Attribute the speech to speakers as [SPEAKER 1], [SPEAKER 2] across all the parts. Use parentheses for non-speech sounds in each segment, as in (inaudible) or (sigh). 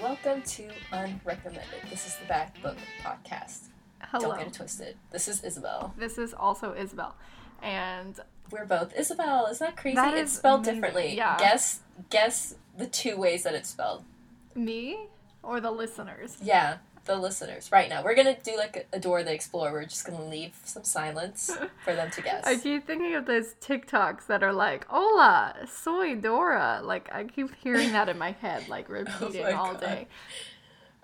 [SPEAKER 1] Welcome to Unrecommended. This is the Back Book Podcast.
[SPEAKER 2] Hello.
[SPEAKER 1] Don't get it twisted. This is Isabel.
[SPEAKER 2] This is also Isabel. And
[SPEAKER 1] We're both Isabel. Isn't that crazy?
[SPEAKER 2] That
[SPEAKER 1] it's
[SPEAKER 2] is
[SPEAKER 1] spelled
[SPEAKER 2] amazing.
[SPEAKER 1] differently.
[SPEAKER 2] Yeah.
[SPEAKER 1] Guess guess the two ways that it's spelled.
[SPEAKER 2] me or the listeners?
[SPEAKER 1] Yeah. The listeners. Right now. We're gonna do like a door they explore. We're just gonna leave some
[SPEAKER 2] (laughs)
[SPEAKER 1] silence for them to guess.
[SPEAKER 2] I keep thinking of those TikToks that are like, hola, soy Dora. Like, I keep hearing that in my
[SPEAKER 1] (laughs)
[SPEAKER 2] head, like repeating
[SPEAKER 1] Oh my
[SPEAKER 2] all
[SPEAKER 1] God.
[SPEAKER 2] day.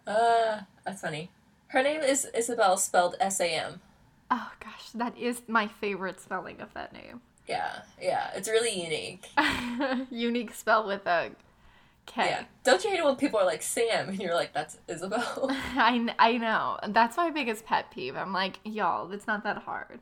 [SPEAKER 1] Uh that's funny. Her name is Isabel spelled S A M.
[SPEAKER 2] Oh gosh, that is my favorite spelling of that name. (laughs)
[SPEAKER 1] Yeah, yeah. It's really unique.
[SPEAKER 2] Unique spell with a K.
[SPEAKER 1] Yeah. Don't you hate it when people are like Sam and you're like, that's Isabel?
[SPEAKER 2] (laughs)
[SPEAKER 1] (laughs)
[SPEAKER 2] (laughs) I, kn- I know. That's my biggest pet peeve. I'm like, y'all, it's not that hard.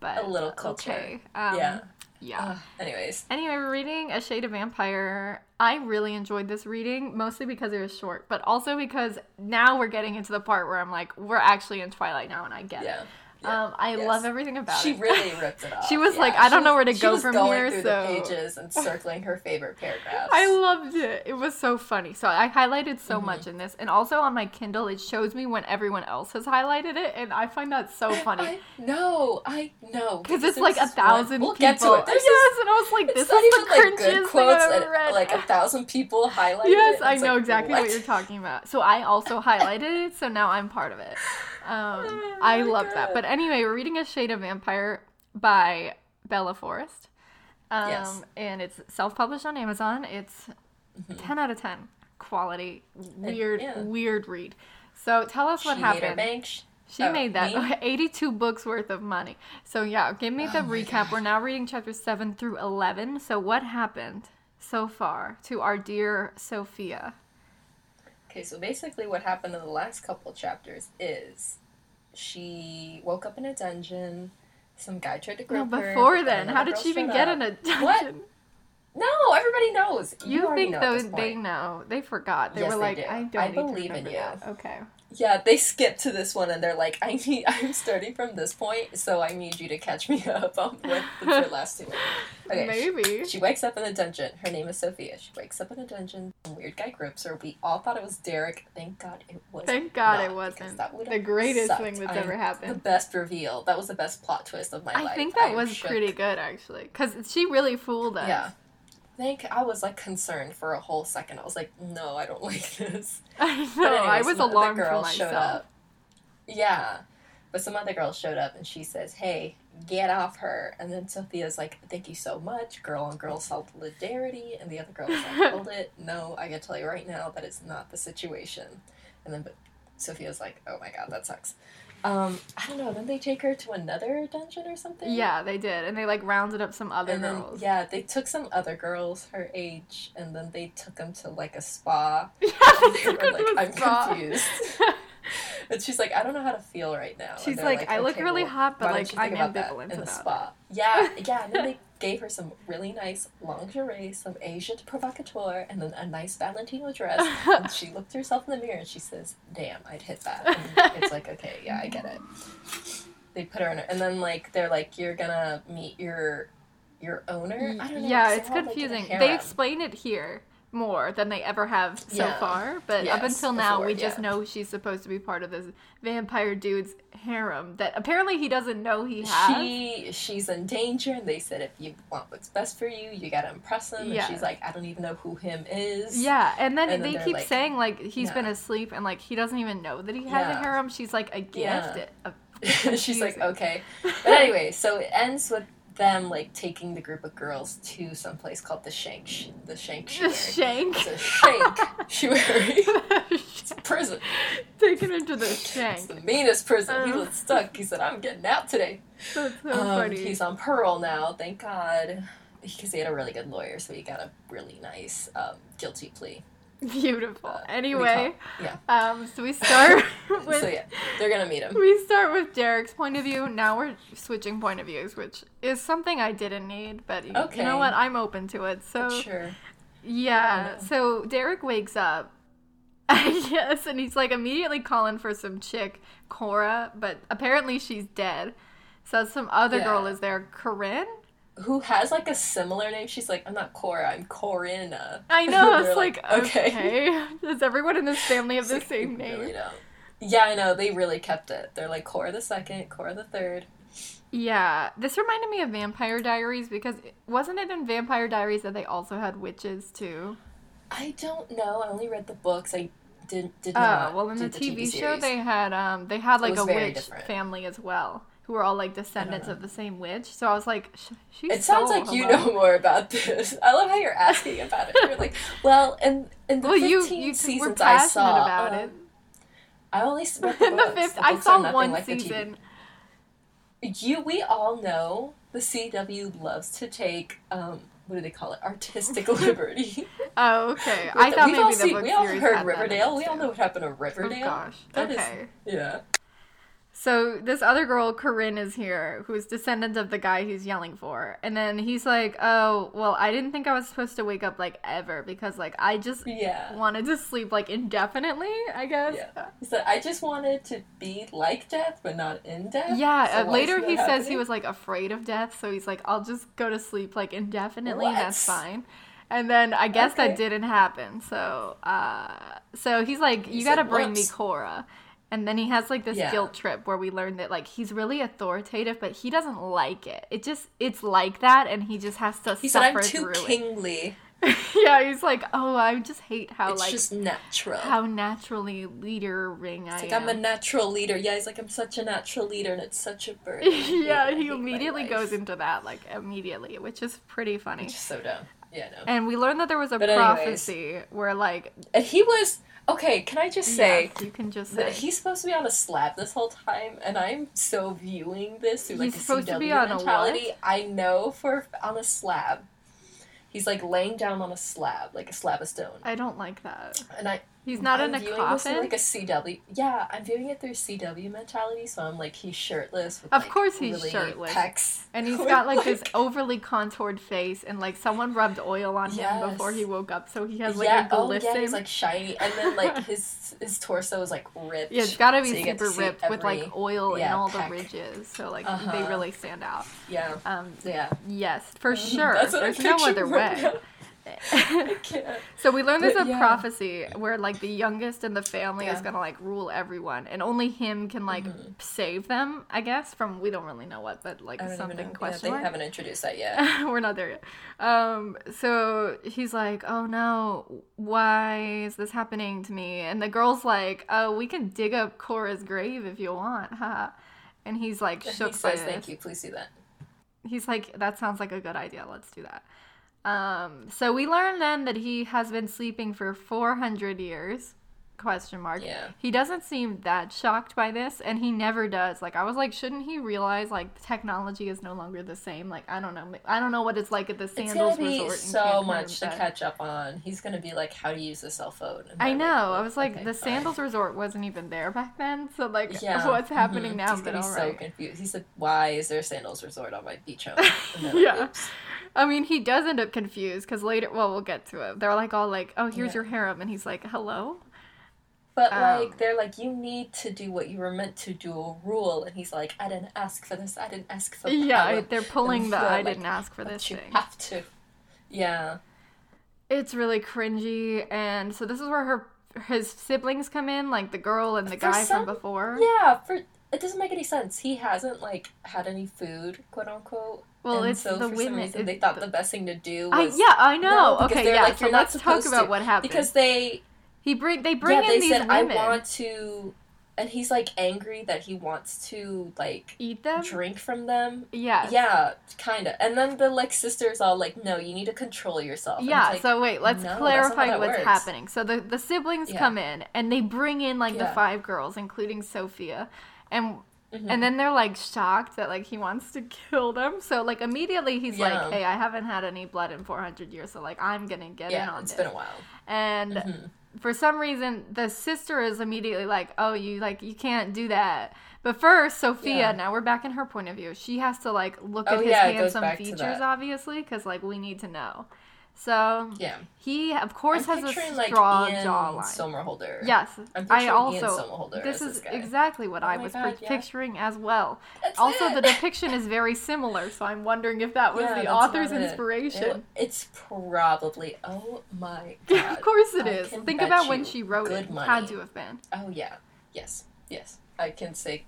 [SPEAKER 2] But
[SPEAKER 1] A little culture.
[SPEAKER 2] Okay. Um,
[SPEAKER 1] Yeah. Uh,
[SPEAKER 2] Yeah.
[SPEAKER 1] Ugh, anyways.
[SPEAKER 2] Anyway, we're reading A Shade of Vampire. I really enjoyed this reading, mostly because it was short, but also because now we're getting into the part where I'm like, we're actually in Twilight now, and I get
[SPEAKER 1] Yeah.
[SPEAKER 2] it.
[SPEAKER 1] yeah,
[SPEAKER 2] Um, I
[SPEAKER 1] yes.
[SPEAKER 2] love everything about
[SPEAKER 1] She
[SPEAKER 2] it.
[SPEAKER 1] really ripped it off.
[SPEAKER 2] She was
[SPEAKER 1] yeah.
[SPEAKER 2] like, I don't
[SPEAKER 1] She
[SPEAKER 2] know
[SPEAKER 1] was-
[SPEAKER 2] where to
[SPEAKER 1] she
[SPEAKER 2] go
[SPEAKER 1] was
[SPEAKER 2] from
[SPEAKER 1] going
[SPEAKER 2] here,
[SPEAKER 1] Through
[SPEAKER 2] so-
[SPEAKER 1] the pages
[SPEAKER 2] (laughs)
[SPEAKER 1] and circling her favorite paragraphs.
[SPEAKER 2] (laughs) I loved it. It was so funny. So I highlighted so
[SPEAKER 1] Mm-hmm.
[SPEAKER 2] much in this, and also on my Kindle, it shows me when everyone else has highlighted it, and I find that
[SPEAKER 1] (laughs)
[SPEAKER 2] so funny.
[SPEAKER 1] I know. I know.
[SPEAKER 2] Because it's
[SPEAKER 1] there's
[SPEAKER 2] like a
[SPEAKER 1] this one-
[SPEAKER 2] thousand
[SPEAKER 1] We'll
[SPEAKER 2] people.
[SPEAKER 1] get to it. There's
[SPEAKER 2] (laughs) yes,
[SPEAKER 1] this,
[SPEAKER 2] and I was like,
[SPEAKER 1] it's
[SPEAKER 2] this is
[SPEAKER 1] not
[SPEAKER 2] the
[SPEAKER 1] even like
[SPEAKER 2] cringiest
[SPEAKER 1] good quotes.
[SPEAKER 2] thing I've ever
[SPEAKER 1] that,
[SPEAKER 2] read.
[SPEAKER 1] like a thousand people highlighted.
[SPEAKER 2] yes,
[SPEAKER 1] it.
[SPEAKER 2] I
[SPEAKER 1] It's
[SPEAKER 2] know
[SPEAKER 1] like,
[SPEAKER 2] exactly what? you're talking about. So
[SPEAKER 1] (laughs)
[SPEAKER 2] I also highlighted it, so now I'm part of it. Um, I
[SPEAKER 1] Oh my
[SPEAKER 2] love that.
[SPEAKER 1] God.
[SPEAKER 2] But anyway, we're reading A Shade of Vampire by Bella Forrest. Um,
[SPEAKER 1] Yes.
[SPEAKER 2] And it's self published on Amazon. It's
[SPEAKER 1] Mm-hmm.
[SPEAKER 2] 10 out of 10 quality. Weird,
[SPEAKER 1] yeah.
[SPEAKER 2] weird read. So tell us what
[SPEAKER 1] She made her
[SPEAKER 2] happened.
[SPEAKER 1] bank. She,
[SPEAKER 2] She
[SPEAKER 1] oh,
[SPEAKER 2] made that (laughs)
[SPEAKER 1] me? Oh
[SPEAKER 2] 82 books worth of money. So, yeah, give me the recap. We're now reading chapters 7 through 11. So, what happened so far to our dear Sophia?
[SPEAKER 1] Okay, so basically, what happened in the last couple chapters is she woke up in a dungeon. Some guy tried to
[SPEAKER 2] No,
[SPEAKER 1] grab her.
[SPEAKER 2] before
[SPEAKER 1] but
[SPEAKER 2] then, how
[SPEAKER 1] another
[SPEAKER 2] did
[SPEAKER 1] girl
[SPEAKER 2] she even
[SPEAKER 1] showed
[SPEAKER 2] get
[SPEAKER 1] up. (laughs)
[SPEAKER 2] in a (laughs) dungeon?
[SPEAKER 1] What? No, everybody knows.
[SPEAKER 2] You,
[SPEAKER 1] already
[SPEAKER 2] think
[SPEAKER 1] know at
[SPEAKER 2] though
[SPEAKER 1] this
[SPEAKER 2] they
[SPEAKER 1] point.
[SPEAKER 2] know. They forgot. They
[SPEAKER 1] Yes,
[SPEAKER 2] were
[SPEAKER 1] they
[SPEAKER 2] like,
[SPEAKER 1] do.
[SPEAKER 2] I don't
[SPEAKER 1] I
[SPEAKER 2] need to
[SPEAKER 1] believe in
[SPEAKER 2] remember
[SPEAKER 1] you.
[SPEAKER 2] that. Okay.
[SPEAKER 1] Yeah, they skip to this one and they're like, I need (laughs) I'm starting from this point, so I need you to catch me (laughs) up on
[SPEAKER 2] (laughs)
[SPEAKER 1] what the your last two were. Okay. she-
[SPEAKER 2] Maybe.
[SPEAKER 1] She wakes up in a dungeon. Her name is Sophia. She wakes up in a dungeon. Some weird guy gropes her. We all thought it was Derek. Thank God it was.
[SPEAKER 2] Thank God
[SPEAKER 1] not,
[SPEAKER 2] it
[SPEAKER 1] because
[SPEAKER 2] wasn't
[SPEAKER 1] that would've
[SPEAKER 2] the greatest
[SPEAKER 1] sucked.
[SPEAKER 2] thing that's
[SPEAKER 1] I'm
[SPEAKER 2] ever
[SPEAKER 1] The
[SPEAKER 2] happened.
[SPEAKER 1] best reveal. That was the best plot twist of my life.
[SPEAKER 2] I think that
[SPEAKER 1] am
[SPEAKER 2] was
[SPEAKER 1] shook.
[SPEAKER 2] pretty good actually, because she really fooled us.
[SPEAKER 1] Yeah. I think I was like concerned for a whole second. I was like, no, I don't (laughs) like this.
[SPEAKER 2] (laughs) I know.
[SPEAKER 1] But
[SPEAKER 2] I
[SPEAKER 1] anyways,
[SPEAKER 2] was
[SPEAKER 1] some other
[SPEAKER 2] alarmed for
[SPEAKER 1] girl
[SPEAKER 2] myself.
[SPEAKER 1] Yeah. But some other girl showed up and she says, Hey, get off her. And then Sophia's like, Thank you so much. Girl on girl solidarity. And the other girl was like, Hold it. No, I can tell you right now that is not the situation. And then but Sophia's like, Oh my god, that sucks. Um, I don't know. Then they take her to another dungeon or something?
[SPEAKER 2] Yeah, they did, and they like rounded up some other
[SPEAKER 1] And then,
[SPEAKER 2] girls.
[SPEAKER 1] yeah, they took some other girls her age and then they took them to like a spa.
[SPEAKER 2] (laughs)
[SPEAKER 1] (laughs)
[SPEAKER 2] Yeah,
[SPEAKER 1] And
[SPEAKER 2] they
[SPEAKER 1] they
[SPEAKER 2] took her
[SPEAKER 1] were
[SPEAKER 2] to
[SPEAKER 1] like,
[SPEAKER 2] a
[SPEAKER 1] I'm
[SPEAKER 2] (laughs) spa."
[SPEAKER 1] confused. And she's like, I don't know how to feel right now. And (laughs)
[SPEAKER 2] She's
[SPEAKER 1] they're
[SPEAKER 2] like, I look
[SPEAKER 1] "Okay,
[SPEAKER 2] really
[SPEAKER 1] well,
[SPEAKER 2] hot, but
[SPEAKER 1] why don't
[SPEAKER 2] like
[SPEAKER 1] you think
[SPEAKER 2] I'm
[SPEAKER 1] about that
[SPEAKER 2] ambivalent
[SPEAKER 1] in the
[SPEAKER 2] about
[SPEAKER 1] spa. Yeah,
[SPEAKER 2] (laughs)
[SPEAKER 1] yeah. And then they gave her some really nice lingerie, some Asia provocateur, and then a nice Valentino dress. and
[SPEAKER 2] (laughs)
[SPEAKER 1] she looked herself in the mirror and she says, "Damn, I'd hit that." And it's like, okay, yeah, I get it. They put her in, and then like they're like, "You're gonna meet your your owner." I don't know.
[SPEAKER 2] yeah,
[SPEAKER 1] 'cause
[SPEAKER 2] it's
[SPEAKER 1] they're all, like, in a
[SPEAKER 2] confusing. they
[SPEAKER 1] harem.
[SPEAKER 2] explain it here more than they ever have so
[SPEAKER 1] Yeah.
[SPEAKER 2] far, but up
[SPEAKER 1] Yes,
[SPEAKER 2] until now,
[SPEAKER 1] before,
[SPEAKER 2] we just
[SPEAKER 1] yeah.
[SPEAKER 2] know she's supposed to be part of this vampire dude's harem that apparently he doesn't know he has.
[SPEAKER 1] she she's in danger and they said if you want what's best for you you gotta impress him
[SPEAKER 2] Yeah.
[SPEAKER 1] and she's like i don't even know who him is (laughs)
[SPEAKER 2] yeah, and then,
[SPEAKER 1] And then
[SPEAKER 2] they
[SPEAKER 1] they're
[SPEAKER 2] keep
[SPEAKER 1] like-
[SPEAKER 2] saying like he's been
[SPEAKER 1] Yeah.
[SPEAKER 2] asleep and like he doesn't even know that he has a
[SPEAKER 1] Yeah.
[SPEAKER 2] harem. She's like a gift.
[SPEAKER 1] Yeah.
[SPEAKER 2] It-
[SPEAKER 1] (laughs)
[SPEAKER 2] a- (laughs)
[SPEAKER 1] she's like
[SPEAKER 2] confusing. (laughs)
[SPEAKER 1] okay but anyway so it ends with them like taking the group of girls to some place called the shank Sh- the shank she
[SPEAKER 2] the (laughs) shank.
[SPEAKER 1] it's a
[SPEAKER 2] (laughs)
[SPEAKER 1] shank shuari prison
[SPEAKER 2] Taking her
[SPEAKER 1] (laughs)
[SPEAKER 2] to the
[SPEAKER 1] it's
[SPEAKER 2] shank.
[SPEAKER 1] the meanest prison he
[SPEAKER 2] Um.
[SPEAKER 1] was stuck he said i'm getting out today
[SPEAKER 2] That's so
[SPEAKER 1] um,
[SPEAKER 2] funny.
[SPEAKER 1] he's on parole now thank god because he had a really good lawyer so he got a really nice um, guilty plea
[SPEAKER 2] (laughs) Beautiful.
[SPEAKER 1] Uh,
[SPEAKER 2] Anyway,
[SPEAKER 1] yeah.
[SPEAKER 2] um, so we start (laughs)
[SPEAKER 1] (laughs)
[SPEAKER 2] with
[SPEAKER 1] so yeah they're gonna meet him
[SPEAKER 2] we start with Derek's point of view. Now we're switching point of views, which is something I didn't need, but y- you
[SPEAKER 1] Okay.
[SPEAKER 2] know what? I'm open to it. So
[SPEAKER 1] Sure.
[SPEAKER 2] yeah. So Derek wakes up. (laughs) yes, and he's like immediately calling for some chick, Cora, but apparently she's dead. So some other
[SPEAKER 1] Yeah.
[SPEAKER 2] girl is there, Corinne.
[SPEAKER 1] who has like a similar name. She's like, I'm not Cora, I'm Corinna. (laughs)
[SPEAKER 2] I know.
[SPEAKER 1] We're
[SPEAKER 2] It's like,
[SPEAKER 1] like,
[SPEAKER 2] okay. (laughs)
[SPEAKER 1] okay.
[SPEAKER 2] Does everyone in this family have
[SPEAKER 1] It's (laughs)
[SPEAKER 2] the
[SPEAKER 1] like,
[SPEAKER 2] same
[SPEAKER 1] we
[SPEAKER 2] name?
[SPEAKER 1] really don't. Yeah, I know. They really kept it. They're like Cora the second, Cora the third.
[SPEAKER 2] Yeah. This reminded me of Vampire Diaries because it- wasn't it in Vampire Diaries that they also had witches too?
[SPEAKER 1] I don't know. I only read the books. I did did
[SPEAKER 2] Oh,
[SPEAKER 1] not.
[SPEAKER 2] well, in the
[SPEAKER 1] do
[SPEAKER 2] TV, show
[SPEAKER 1] series.
[SPEAKER 2] they had um they had like
[SPEAKER 1] was
[SPEAKER 2] a
[SPEAKER 1] very
[SPEAKER 2] witch
[SPEAKER 1] different. Uh-huh.
[SPEAKER 2] family as well who were all like descendants of the same witch. So I was like, Sh- she's
[SPEAKER 1] It sounds
[SPEAKER 2] so
[SPEAKER 1] like you
[SPEAKER 2] alone."
[SPEAKER 1] know (laughs) more about this. (laughs) I love how you're asking about it. You're like, (laughs) well, in in the
[SPEAKER 2] Well, you
[SPEAKER 1] 15
[SPEAKER 2] you
[SPEAKER 1] seasons
[SPEAKER 2] were
[SPEAKER 1] I
[SPEAKER 2] passionate
[SPEAKER 1] saw
[SPEAKER 2] about
[SPEAKER 1] um,
[SPEAKER 2] it.
[SPEAKER 1] I only s-
[SPEAKER 2] (laughs)
[SPEAKER 1] read the
[SPEAKER 2] In the
[SPEAKER 1] books.
[SPEAKER 2] fifth,
[SPEAKER 1] The
[SPEAKER 2] I
[SPEAKER 1] books are
[SPEAKER 2] saw
[SPEAKER 1] nothing
[SPEAKER 2] one
[SPEAKER 1] like the TV.
[SPEAKER 2] season.
[SPEAKER 1] You, we all know the CW loves to take um, what do they call it?
[SPEAKER 2] (laughs)
[SPEAKER 1] Artistic liberty. (laughs)
[SPEAKER 2] Oh, okay. I thought
[SPEAKER 1] We've
[SPEAKER 2] maybe
[SPEAKER 1] all
[SPEAKER 2] the
[SPEAKER 1] seen-
[SPEAKER 2] book
[SPEAKER 1] we all
[SPEAKER 2] series
[SPEAKER 1] heard
[SPEAKER 2] had that in
[SPEAKER 1] Riverdale.
[SPEAKER 2] it,
[SPEAKER 1] We all
[SPEAKER 2] too.
[SPEAKER 1] know what happened to Riverdale.
[SPEAKER 2] Oh gosh.
[SPEAKER 1] That is-
[SPEAKER 2] okay.
[SPEAKER 1] Yeah.
[SPEAKER 2] So this other girl, Corinne, is here, who's descendant of the guy he's yelling for, and then he's like, "Oh, well, I didn't think I was supposed to wake up like ever because like I just
[SPEAKER 1] Yeah.
[SPEAKER 2] wanted to sleep like indefinitely, I guess."
[SPEAKER 1] Yeah. He said, "I just wanted to be like death, but not in death." So
[SPEAKER 2] Yeah, uh,
[SPEAKER 1] why
[SPEAKER 2] later
[SPEAKER 1] isn't
[SPEAKER 2] he
[SPEAKER 1] that
[SPEAKER 2] says he
[SPEAKER 1] happening?
[SPEAKER 2] was like afraid of death, so he's like, I'll just go to sleep like indefinitely, and
[SPEAKER 1] What?
[SPEAKER 2] that's fine. And then I guess that
[SPEAKER 1] Okay.
[SPEAKER 2] didn't happen. So, uh, so he's like, you
[SPEAKER 1] He's
[SPEAKER 2] gotta
[SPEAKER 1] like,
[SPEAKER 2] bring me
[SPEAKER 1] "Whoops."
[SPEAKER 2] Cora. And then he has like this
[SPEAKER 1] Yeah.
[SPEAKER 2] guilt trip where we learn that like he's really authoritative, but he doesn't like it. It just it's like that, and he just has to
[SPEAKER 1] He said,
[SPEAKER 2] suffer
[SPEAKER 1] "I'm too
[SPEAKER 2] through
[SPEAKER 1] kingly.
[SPEAKER 2] it. (laughs) yeah, he's like, oh, I just hate how
[SPEAKER 1] it's
[SPEAKER 2] like
[SPEAKER 1] just natural."
[SPEAKER 2] how naturally leader ring I
[SPEAKER 1] It's like
[SPEAKER 2] am.
[SPEAKER 1] I'm a natural leader. Yeah, he's like I'm such a natural leader, and it's such
[SPEAKER 2] (laughs)
[SPEAKER 1] a burden.
[SPEAKER 2] yeah,
[SPEAKER 1] I hate
[SPEAKER 2] he
[SPEAKER 1] my
[SPEAKER 2] immediately
[SPEAKER 1] life.
[SPEAKER 2] goes into that, like immediately, which is pretty funny.
[SPEAKER 1] Which is so dumb. Yeah, no.
[SPEAKER 2] And we learned that there was a
[SPEAKER 1] But anyways.
[SPEAKER 2] prophecy where, like,
[SPEAKER 1] And he was okay. Can I just say
[SPEAKER 2] yes, you can just
[SPEAKER 1] that
[SPEAKER 2] say
[SPEAKER 1] he's supposed to be on a slab this whole time, and I'm so viewing this through like
[SPEAKER 2] He's
[SPEAKER 1] a
[SPEAKER 2] supposed to
[SPEAKER 1] CW
[SPEAKER 2] be on a
[SPEAKER 1] mentality. I know for on a slab. He's like laying down on a slab, like a slab of stone,
[SPEAKER 2] I don't like that.
[SPEAKER 1] and I
[SPEAKER 2] He's not
[SPEAKER 1] I'm
[SPEAKER 2] in a
[SPEAKER 1] viewing this through,
[SPEAKER 2] coffin.
[SPEAKER 1] like a CW. Yeah, I'm viewing it through CW mentality, so I'm like he's shirtless. With,
[SPEAKER 2] Of
[SPEAKER 1] like,
[SPEAKER 2] course he's
[SPEAKER 1] really
[SPEAKER 2] shirtless.
[SPEAKER 1] pecs.
[SPEAKER 2] and
[SPEAKER 1] (laughs)
[SPEAKER 2] he's
[SPEAKER 1] with,
[SPEAKER 2] got like, this overly contoured face, and like someone rubbed oil on him
[SPEAKER 1] Yes.
[SPEAKER 2] before he woke up, so he has like
[SPEAKER 1] yeah,
[SPEAKER 2] a glisten.
[SPEAKER 1] oh yeah, he's like shiny, and then
[SPEAKER 2] (laughs)
[SPEAKER 1] like his his torso is like ripped.
[SPEAKER 2] Yeah, it's gotta
[SPEAKER 1] so
[SPEAKER 2] be
[SPEAKER 1] you get to
[SPEAKER 2] super
[SPEAKER 1] see
[SPEAKER 2] ripped with
[SPEAKER 1] every-
[SPEAKER 2] like oil and
[SPEAKER 1] yeah,
[SPEAKER 2] all
[SPEAKER 1] peck.
[SPEAKER 2] the ridges, so like they
[SPEAKER 1] Uh-huh.
[SPEAKER 2] really stand out.
[SPEAKER 1] yeah,
[SPEAKER 2] Um,
[SPEAKER 1] (laughs) yeah.
[SPEAKER 2] yes, for sure.
[SPEAKER 1] That's what I'm
[SPEAKER 2] There's no
[SPEAKER 1] picturing (laughs)
[SPEAKER 2] other
[SPEAKER 1] right
[SPEAKER 2] way.
[SPEAKER 1] now.
[SPEAKER 2] (laughs)
[SPEAKER 1] (laughs) I can't.
[SPEAKER 2] So we learned there's
[SPEAKER 1] But
[SPEAKER 2] a
[SPEAKER 1] yeah.
[SPEAKER 2] prophecy where like the youngest in the family is
[SPEAKER 1] Yeah. Mm-hmm.
[SPEAKER 2] gonna like rule everyone, and only him can like save them. I guess from we don't really know what, but like
[SPEAKER 1] I don't even
[SPEAKER 2] something
[SPEAKER 1] know. Yeah,
[SPEAKER 2] question
[SPEAKER 1] they
[SPEAKER 2] mark.
[SPEAKER 1] haven't introduced that yet.
[SPEAKER 2] (laughs) We're not there yet. Um, so he's like, "Oh no, why is this happening to me?" And the girl's like, "Oh, we can dig up Cora's grave if you want, huh?" And he's like
[SPEAKER 1] he
[SPEAKER 2] shook
[SPEAKER 1] says,
[SPEAKER 2] by
[SPEAKER 1] "Thank
[SPEAKER 2] this.
[SPEAKER 1] you, please do that."
[SPEAKER 2] He's like, "That sounds like a good idea. Let's do that." Um, so we learn then that he has been sleeping for 400 years. Question mark.
[SPEAKER 1] Yeah.
[SPEAKER 2] He doesn't seem that shocked by this, and he never does. Like I was like, shouldn't he realize like the technology is no longer the same? Like I don't know. ma- I don't know what it's like at the
[SPEAKER 1] It's
[SPEAKER 2] Sandals
[SPEAKER 1] gonna be
[SPEAKER 2] Resort. in
[SPEAKER 1] so
[SPEAKER 2] Cancun,
[SPEAKER 1] much to
[SPEAKER 2] but-
[SPEAKER 1] catch up on. He's gonna be like, "How to use a cell phone?" And
[SPEAKER 2] I
[SPEAKER 1] they're
[SPEAKER 2] know. I was like,
[SPEAKER 1] okay,
[SPEAKER 2] the
[SPEAKER 1] fine.
[SPEAKER 2] Sandals Resort wasn't even there back then, so like,
[SPEAKER 1] Yeah.
[SPEAKER 2] (laughs) what's happening
[SPEAKER 1] mhm.
[SPEAKER 2] now?
[SPEAKER 1] He's
[SPEAKER 2] But
[SPEAKER 1] gonna be
[SPEAKER 2] all
[SPEAKER 1] so
[SPEAKER 2] right.
[SPEAKER 1] confused. He said, "Why is there a sandals resort on my beach home?"
[SPEAKER 2] (laughs)
[SPEAKER 1] And they're like,
[SPEAKER 2] Yeah.
[SPEAKER 1] "Oops."
[SPEAKER 2] I mean, he does end up confused because later, well, we'll get to it. They're like all like, "Oh, here's
[SPEAKER 1] Yeah.
[SPEAKER 2] your harem," and he's like, "Hello."
[SPEAKER 1] But
[SPEAKER 2] Um,
[SPEAKER 1] like they're like, you need to do what you were meant to do, a rule, and he's like, I didn't ask for this, I didn't ask for
[SPEAKER 2] (laughs) Yeah, I-
[SPEAKER 1] power,
[SPEAKER 2] they're pulling the
[SPEAKER 1] so,
[SPEAKER 2] I
[SPEAKER 1] like,
[SPEAKER 2] didn't ask for
[SPEAKER 1] but
[SPEAKER 2] this
[SPEAKER 1] you
[SPEAKER 2] thing.
[SPEAKER 1] have to. Yeah.
[SPEAKER 2] It's really cringy, and so this is where her his siblings come in, like the girl and the
[SPEAKER 1] For
[SPEAKER 2] guy
[SPEAKER 1] some-
[SPEAKER 2] from before.
[SPEAKER 1] Yeah, for it doesn't make any sense. He hasn't like had any food, quote unquote.
[SPEAKER 2] Well,
[SPEAKER 1] and
[SPEAKER 2] it's
[SPEAKER 1] so
[SPEAKER 2] the
[SPEAKER 1] for
[SPEAKER 2] women-
[SPEAKER 1] some reason they
[SPEAKER 2] it's
[SPEAKER 1] thought
[SPEAKER 2] the-
[SPEAKER 1] the best thing to do
[SPEAKER 2] I,
[SPEAKER 1] was
[SPEAKER 2] yeah, I know.
[SPEAKER 1] because
[SPEAKER 2] okay,
[SPEAKER 1] they're
[SPEAKER 2] yeah.
[SPEAKER 1] like,
[SPEAKER 2] so
[SPEAKER 1] "You're not
[SPEAKER 2] let's talk
[SPEAKER 1] supposed
[SPEAKER 2] about
[SPEAKER 1] to,"
[SPEAKER 2] what happened.
[SPEAKER 1] because they
[SPEAKER 2] he bring they bring
[SPEAKER 1] yeah,
[SPEAKER 2] in
[SPEAKER 1] they
[SPEAKER 2] these
[SPEAKER 1] said
[SPEAKER 2] women.
[SPEAKER 1] I want to and he's like angry that he wants to like
[SPEAKER 2] Eat them.
[SPEAKER 1] drink from them
[SPEAKER 2] Yes.
[SPEAKER 1] Yeah, kind of. And then the like sister's all like, "No, you need to control yourself." And it's
[SPEAKER 2] Yeah,
[SPEAKER 1] like,
[SPEAKER 2] so wait, let's
[SPEAKER 1] no, that's not how
[SPEAKER 2] clarify
[SPEAKER 1] that
[SPEAKER 2] what's
[SPEAKER 1] works.
[SPEAKER 2] happening. So the, the siblings
[SPEAKER 1] Yeah.
[SPEAKER 2] come in and they bring in like the
[SPEAKER 1] Yeah.
[SPEAKER 2] five girls, including Sophia. And
[SPEAKER 1] Mhm.
[SPEAKER 2] and then they're like shocked that like he wants to (laughs) kill them. So like immediately he's like,
[SPEAKER 1] Yeah.
[SPEAKER 2] Hey, I haven't had any blood in four hundred years, so like I'm gonna get in
[SPEAKER 1] yeah,
[SPEAKER 2] on
[SPEAKER 1] it's
[SPEAKER 2] this.
[SPEAKER 1] been a while.
[SPEAKER 2] and
[SPEAKER 1] Mhm.
[SPEAKER 2] for some reason the sister is immediately like, Oh, you like you can't do that. But first, Sophia,
[SPEAKER 1] Yeah.
[SPEAKER 2] now we're back in her point of view. She has to like look
[SPEAKER 1] Oh,
[SPEAKER 2] at his
[SPEAKER 1] yeah, it goes
[SPEAKER 2] handsome
[SPEAKER 1] back to
[SPEAKER 2] features,
[SPEAKER 1] that.
[SPEAKER 2] obviously, because like we need to know. So
[SPEAKER 1] Yeah.
[SPEAKER 2] he, of course,
[SPEAKER 1] I'm
[SPEAKER 2] has
[SPEAKER 1] picturing,
[SPEAKER 2] a straw
[SPEAKER 1] Ian
[SPEAKER 2] jawline.
[SPEAKER 1] Sommerholder.
[SPEAKER 2] yes,
[SPEAKER 1] I'm picturing
[SPEAKER 2] I
[SPEAKER 1] Ian
[SPEAKER 2] also.
[SPEAKER 1] Somerhalder as
[SPEAKER 2] This is
[SPEAKER 1] this guy.
[SPEAKER 2] exactly what
[SPEAKER 1] Oh
[SPEAKER 2] I
[SPEAKER 1] my
[SPEAKER 2] was
[SPEAKER 1] God,
[SPEAKER 2] pic-
[SPEAKER 1] yeah.
[SPEAKER 2] picturing as well.
[SPEAKER 1] That's
[SPEAKER 2] also,
[SPEAKER 1] it.
[SPEAKER 2] the depiction is very similar, so I'm wondering if that was
[SPEAKER 1] Yeah,
[SPEAKER 2] the
[SPEAKER 1] that's
[SPEAKER 2] author's
[SPEAKER 1] about it.
[SPEAKER 2] inspiration.
[SPEAKER 1] It- it's probably. Oh my god.
[SPEAKER 2] (laughs) of course, it
[SPEAKER 1] I
[SPEAKER 2] is.
[SPEAKER 1] can
[SPEAKER 2] Think
[SPEAKER 1] bet
[SPEAKER 2] about when
[SPEAKER 1] you
[SPEAKER 2] she wrote
[SPEAKER 1] good
[SPEAKER 2] it.
[SPEAKER 1] money.
[SPEAKER 2] Had to have been. (laughs)
[SPEAKER 1] Oh yeah. Yes. Yes. I can say